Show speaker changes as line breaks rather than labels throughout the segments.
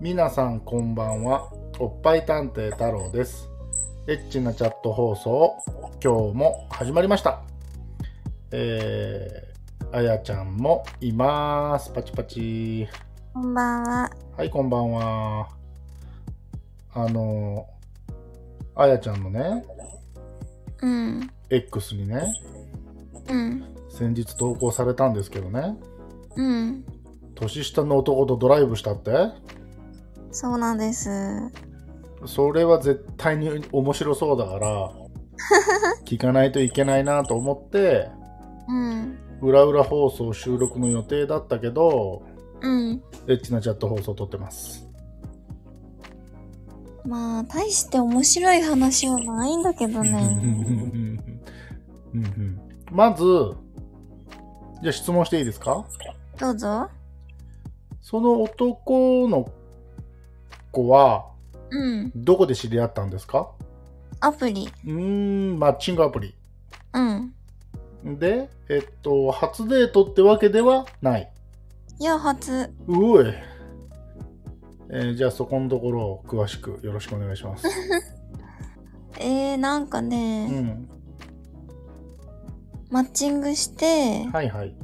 皆さんこんばんはおっぱい探偵太郎ですエッチなチャット放送今日も始まりましたえー、あやちゃんもいますパチパチ
こんばんは。
はいこんばんはあのあやちゃんのね
うん。
X にね
うん。
先日投稿されたんですけどね
うん。
年下の男とドライブしたって
そうなんです。
それは絶対に面白そうだから聞かないといけないなと思って
うん。
裏裏放送収録の予定だったけど
うん。
エッチなチャット放送撮ってます
まあ、大して面白い話はないんだけど
うん
ね。
うんうん まずじゃあ質問していいですか
どうぞ。
その男の子は
うん。
どこで知り合ったんですか
アプリ。
うーんマッチングアプリ
うん。
でえっと初デートってわけではない
いや、初。
うおい、えーじゃあそこのところを詳しくよろしくお願いします。
えー、なんか
う
ね、
ん、
マッチングして、
はいはい。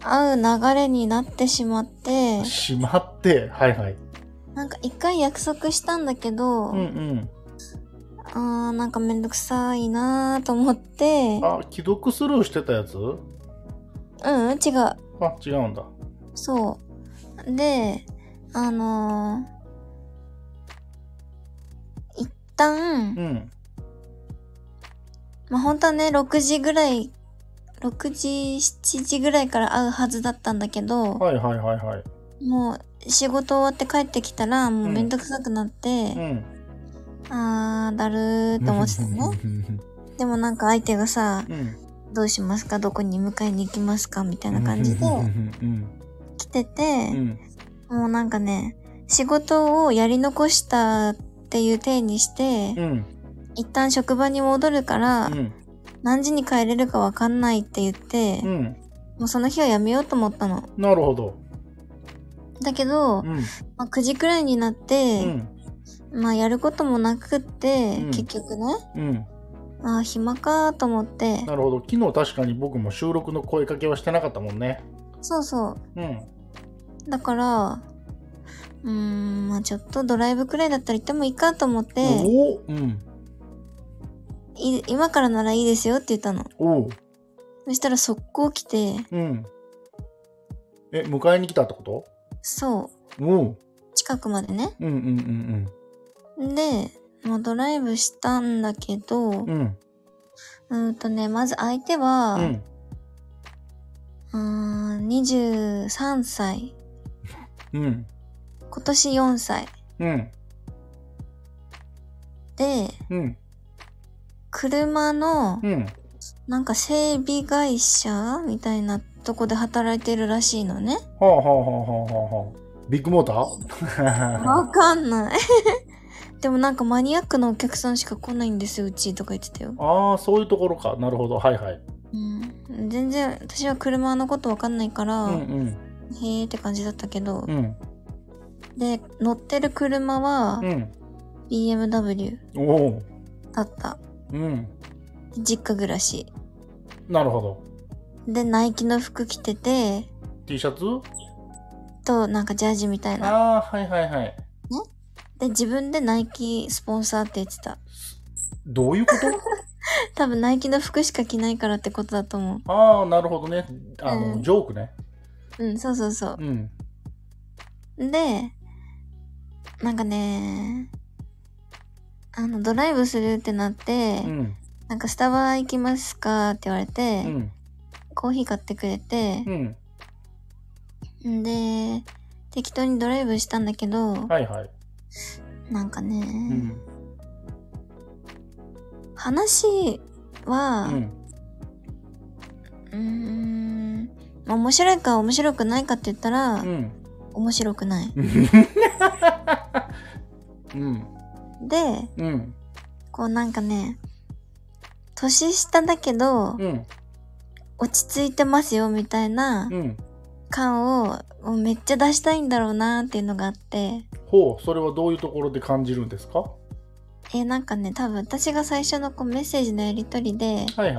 会う流れになってしまって、
しまって、はいはい。
なんか一回約束したんだけど、
うんうん。
あー、なんかめんどくさいなーと思って、
あ、既読スルーしてたやつ
うん、違う。
あ、違うんだ。
そう。で、あのー一
う
旦、
ん。
まあ、本当はね、6時ぐらい、6時、7時ぐらいから会うはずだったんだけど、
はいはいはいはい。
もう仕事終わって帰ってきたら、もううんめんどくさくなって
う、ん。
あー、だるーって思ってたのね。でもなんか相手がさ、
うん。
どうしますかどこに迎えに行きますかみたいな感じで
うんうん
来て
う
て、
ん。
もうなんかね、仕事をやり残したっていう体にして、
うん。うん。
一旦職場に戻るから、
うん。
何時に帰れるかわかんないって言って、
うん。
もうその日はやめようと思ったの。
なるほど。
だけど、
うん。
まあ、9時くらいになっ
う
て、
ん。
まあやることもなくって、
うん
結局ね、
うん。
ああ暇かと思って、
なるほど。昨日確かに僕も収録の声かけはしてなかったもんね。
そうそ
うん。
う。だから、うーん、まあちょっとドライブくらいだったら行ってもいいかと思って、
おおうん。
い今からならいいですよって言ったの。
おお
そしたら速攻来て、
うん。え、迎えに来たってこと
そ
うん。
う、近くまでね。
うんうん
で、まあドライブしたんだけど、
うんうん。うん。
うーんとね、まず相手は、
う。
うんーん、23歳。
うん。
今年4歳。
うん。
で、
うん。
車の、
うん。
なんか整備会社みたいなとこで働いてるらしいのね。
はあはあはあはあはあはあ。ビッグモーター
わかんない。 でもなんかマニアックなお客さんしか来ないんですよ、うちとか言ってたよ。
ああ、そういうところか。なるほど。はいはい。
うん。全然、私は車のことわかんないから、
うん
へーって感じだったけど。
うん。うん。
で、乗ってる車は
う、ん。
BMW
おお。
だった。
うん。
実家暮らし。
なるほど。
で、ナイキの服着てて、
T シャツ
と、なんかジャージみたいな。
ああ、はいはいはい。
で、自分でナイキスポンサーって言ってた。
どういうこ
多分ナイキの服しか着ないからってことだと思
とああ、なるほどね。あ
う
の、
ん
ジョークね。
う。うん、そうそうそ
うん。
う。で、なんかね、あの、ドライブするってなって、
うん。
なんかスタバ行きますかって言われて、
うん。
コーヒー買ってくれて
う、ん。
んで、適当にドライブしたんだけど、
はいはい。
なんかね、
うん。
話
う
は、
ん。
うーんまあ面白いか面白くないかって言ったら、
うん。
面白くない。
うん。
で、
うん。
こうなんかね、年下だけど、
うん。
落ち着いてますよみたいな
うん。
感をもうめっちゃ出したいんだろうなっていうのがあって、
ほうそれはどういうところで感じるんですかは
えなんかね多分私が最初のこうメッセージのやり取りで
いはい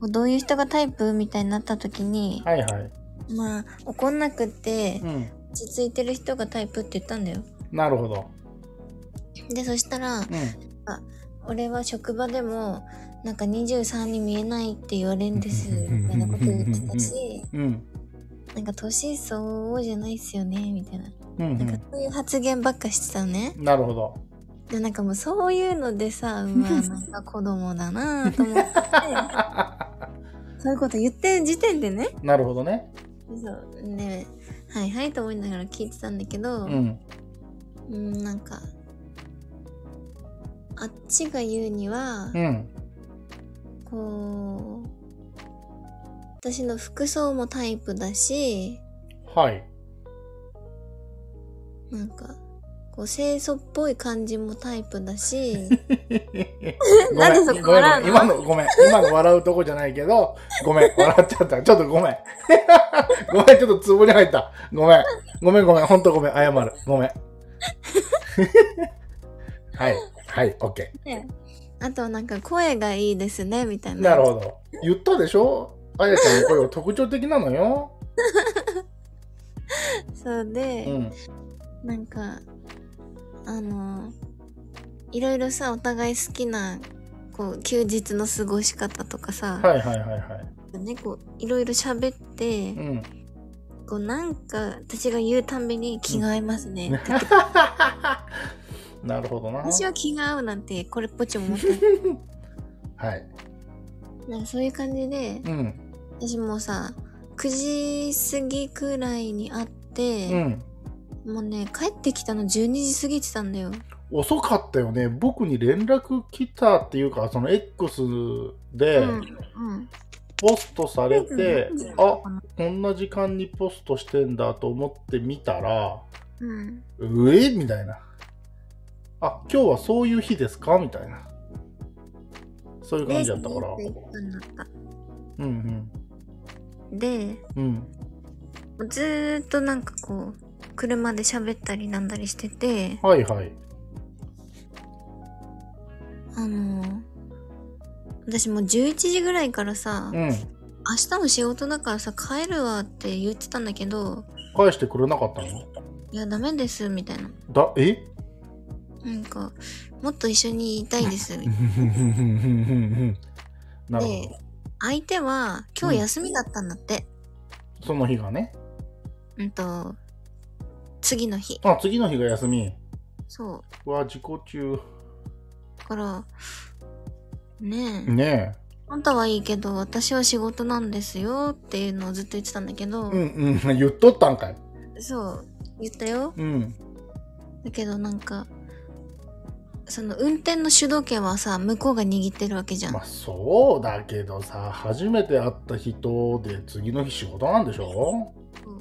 こうどういう人がタイプみたいになった時に、
はいはい
まあ怒んなくて
うん
落ち着いてる人がタイプって言ったんだよ
なるほど
でそしたら
うん
俺は職場でもなんか23に見えないって言われる んですみたいなこと言ってたし
うん
なんか年相応じゃないっすよねみたいな
うんう
なんか
ん
そういう発言ばっかしてたのね
なるほど
でなんかもうそういうのでさうわなんか子供だなぁと思ってそういうこと言ってる時点でね
なるほどね
そうねはいはいと思いながら聞いてたんだけど、
うん
うん、なんか、あっちが言うには、
うん
こう、私の服装もタイプだし、
はい
なんか、こう、清楚っぽい感じもタイプだし、
ごめ
なんでそこ笑うの
ごめん今のごめん今の笑うとこじゃないけどごめん笑っちゃった ちょっとごめんごめんちょっとツボに入ったごめんごめんごめんほんとごめん謝るごめん はいはいオッケ
であとはなんか声がいいですね、みたい
ー
な。
なるほど言ったでしょあやちゃんの声は特徴的なのよ
そう
う
で、
ん
なんか、あの、いろいろさ、お互い好きな、こう、休日の過ごし方とかさ、
はいはいはいはい
ね、こう、いろいろ喋って、
うん
こうなんか私が言うたんびに気が合いますね、って
なるほどな
私は気が合うなんてこれっぽっちも思って
はい
ないなんかそういう感じで
うん
私もさ9時過ぎくらいに会っ
う
て、
ん
もうね帰ってきたの12時過ぎてたんだよ
遅かったよね僕に連絡来たっていうかその X で
うんうん
ポストされて、
うん
あこんな時間にポストしてんだと思って見たら
うん
うえみたいなあ今日はそういう日ですかみたいなそういう感
で
じだったから
11分だった
うん
で
うんうん
もうずーっとなんかこう車で喋ったりなんだりしてて
はいはい
あのー私もう11時ぐらいからさ、
うん
明日も仕事だからさ帰るわって言ってたんだけど
返してくれなかったの
いやダメですみたいな
だ え
なんかもっと一緒にいたいですみ
うん
たい
うんうんうんうんうんな
な
る
で
ほ
相手は今日休みだったんだって
どその日がね
うんと次の日
あ次の日が休み
そ
う
う
わ自己中
だからねえ、
ね
あんたはいいけど私は仕事なんですよっていうのをずっと言ってたんだけど、
えうんうん言っとったんかい
そう言ったよ
うん
だけどなんかその運転の主導権はさ向こうが握ってるわけじゃん、
まあそうだけどさ初めて会った人で次の日仕事なんでしょ
う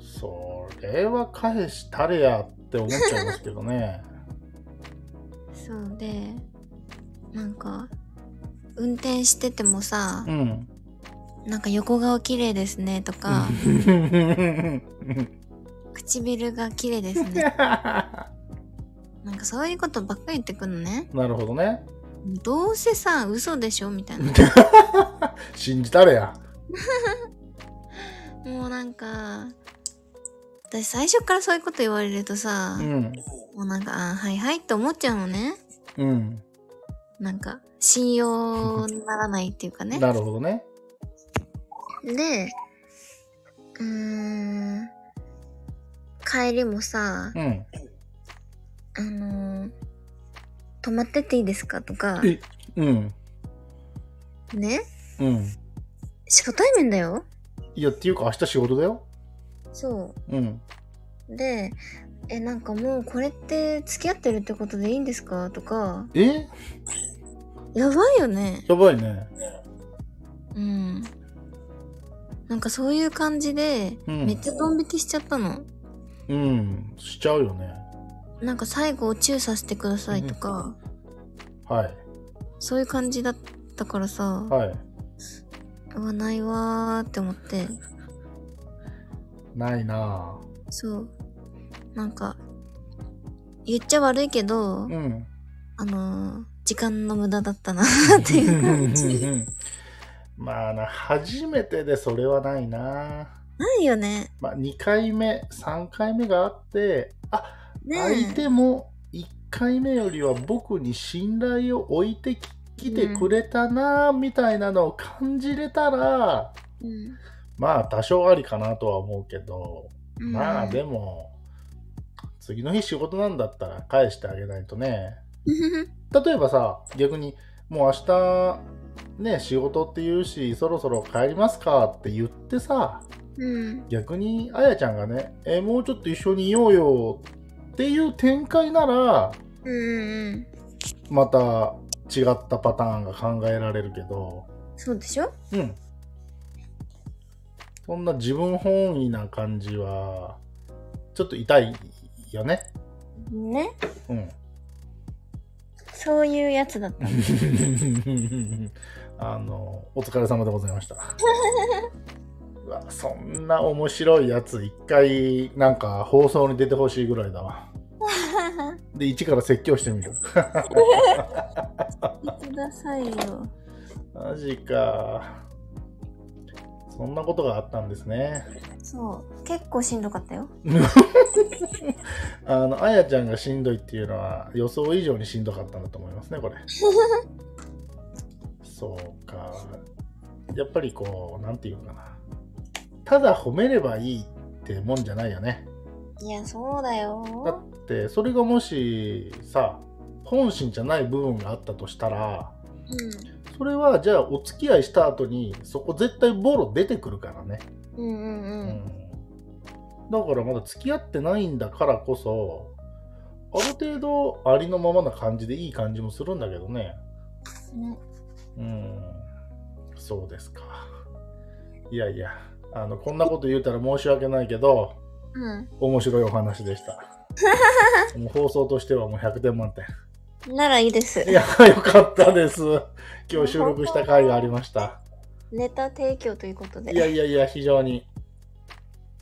ん
それは返したれやって思っちゃいますけどね
そうでなんか運転してても さ
う、ん
なんか横顔綺麗ですねとか、唇が綺麗ですねなんかそういうことばっかり言ってくるのね
なるほどね
どうせさ嘘でしょみたいな
信じたれや
もうなんか私最初からそういうこと言われるとさ、
うん
もうなんかあーはいはいって思っちゃうのね
うん
なんか信用ならないっていうかね
なるほどね
でうーん帰りもさ、
うん
あのー泊まってっていいですかとか、
えうん
ね、
うん
初対面だよ。
いやっていうか明日仕事だよ
そ
うん
う。で、え、なんかもうこれって付き合ってるってことでいいんですかとか、
え
やばいよね。
やばいね
うん。なんかそういう感じで、
うん
めっちゃドン引きしちゃったの。
うんしちゃうよね
なんか最後をチューさせてくださいとか、
はい
そういう感じだったからさ、
は
うわ、ないわーって思って。
いないなぁ
そう。なんか、言っちゃ悪いけど、
うん。
あのー、時間の無駄だったなっていう 感じ。
まあな、初めてでそれはないな。
ないよね。
まあ、2回目、3回目があって、あ、
ね
相手も1回目よりは僕に信頼を置いてききてくれたな、みたいなのを感じれたら、
うん
まあ、多少ありかなとは思うけど、
うん
まあ、 でも、次の日仕事なんだったら返してあげないとね。例えばさ逆にもう明日ね仕事って言うしそろそろ帰りますかって言ってさ
うん。
逆にあやちゃんがねえもうちょっと一緒にいようよっていう展開なら
うんうん。
また違ったパターンが考えられるけど
そうでしょ
うんそんな自分本位な感じはちょっと痛いよね
ね。
うん
そういうやつだ った。
あの、お疲れ様でございま した。うわそんな面白いやつ、一回、なんか放送に出てほしいぐらいだわ。で、一から説教してみる。
見てくださいよ。
マジか。そんなことがあったんですね。
そう。結構しんどかったよ。
あの、あやちゃんがしんどいっていうのは、予想以上にしんどかったんだと思いますね、これ。そうか。やっぱりこう、なんていうのかな。ただ褒めればいいってもんじゃないよね。
いや、そうだ
だ
よ。
って、それがもしさ、本心じゃない部分があったとしたら、それはじゃあお付き合いした後に、そこ絶対ボロ出てくるからね。
うん。うんうんうん。
うんだからまだ付き合ってないんだからこそある程度ありのままな感じでいい感じもするんだけどね
ね
うんそうですかいやいやあのこんなこと言うたら申し訳ないけど
う
面白いお話でした もう放送としてはもう100点満点
ん。ならいいです
い。やよかったです今日収録した回がありました
ネタ提供ということで。
いやいやいや、非常に。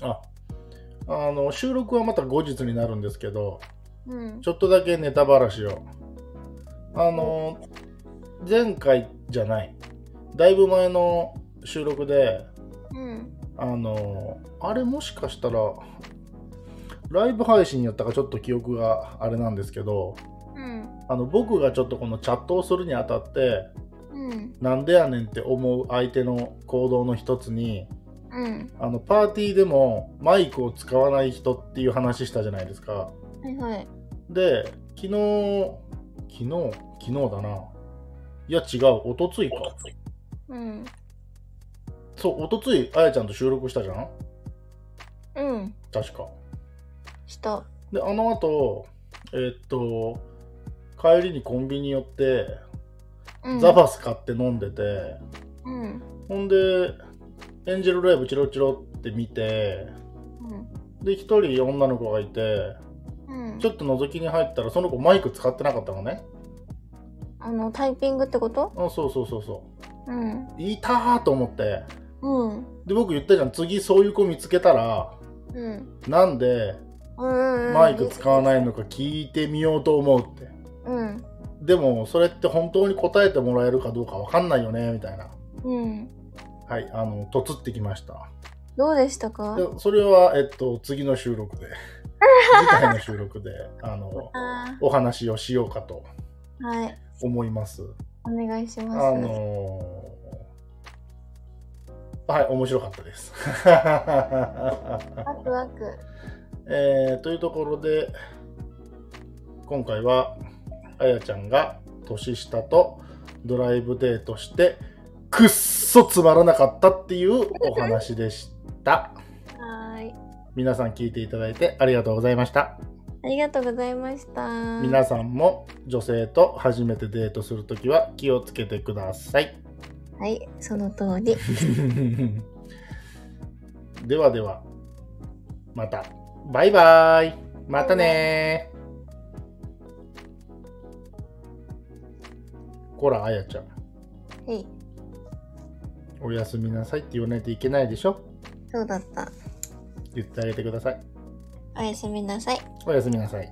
あ、あの、収録はまた後日になるんですけど、
うん
ち。ょっとだけネタばらしを。あの、前回じゃない、だいぶ前の収録で、
うん。
あの、あれもしかしたら、ライブ配信やったかちょっと記憶があれなんですけど、
うん。
あの、僕がちょっとこのチャットをするにあたって、
うん。
なんでやねんって思う相手の行動の一つに、
うん。
あのパーティーでもマイクを使わない人っていう話したじゃないですか。
はいはい。
で、昨日、昨日、昨日だな。いや違う、おとついか。
うん。
そう、おとつい、あやちゃんと収録したじゃん
うん。
確か。
した。
で、あの後、えーっと、帰りにコンビニ寄って、
うん。
ザバス買って飲んでて、
うん。
ほんで、エンジェルライブチロチロって見て、
うん。
で、一人女の子がいて、
うん。
ちょっと覗きに入ったら、その子マイク使ってなかったのね。
あの、タイピングってこと
あそうそうそうそう
うん。
いたーと思って
うん。
で僕言ったじゃん次そういう子見つけたら
うん。
なんで
うん。
マイク使わないのか聞いてみようと思うって
うん。
でもそれって本当に答えてもらえるかどうかわかんないよねみたいな
うん。
はいあのとつってきました
どうでしたか
でそれはえっと次の収 録で次回の収録であの
あ
お話をしようかと
ーはい。
思います
お願いし
あ
ます。
のーはい面白かったです
ワクワク。
えーというところで今回はあやちゃんが年下とドライブデートしてくっそつまらなかったっていうお話でした
はーい。
皆さん聞いていただいてありがとうございました
ありがとうございました。
皆さんも女性と初めてデートするときは気をつけてください
はい、その通り。
ではではまたバイバイまたねこらあやちゃん
はい、
おやすみなさいって言わないといけないでしょ
そうだった。
言ってあげてください
おやすみなさい。
おやすみなさい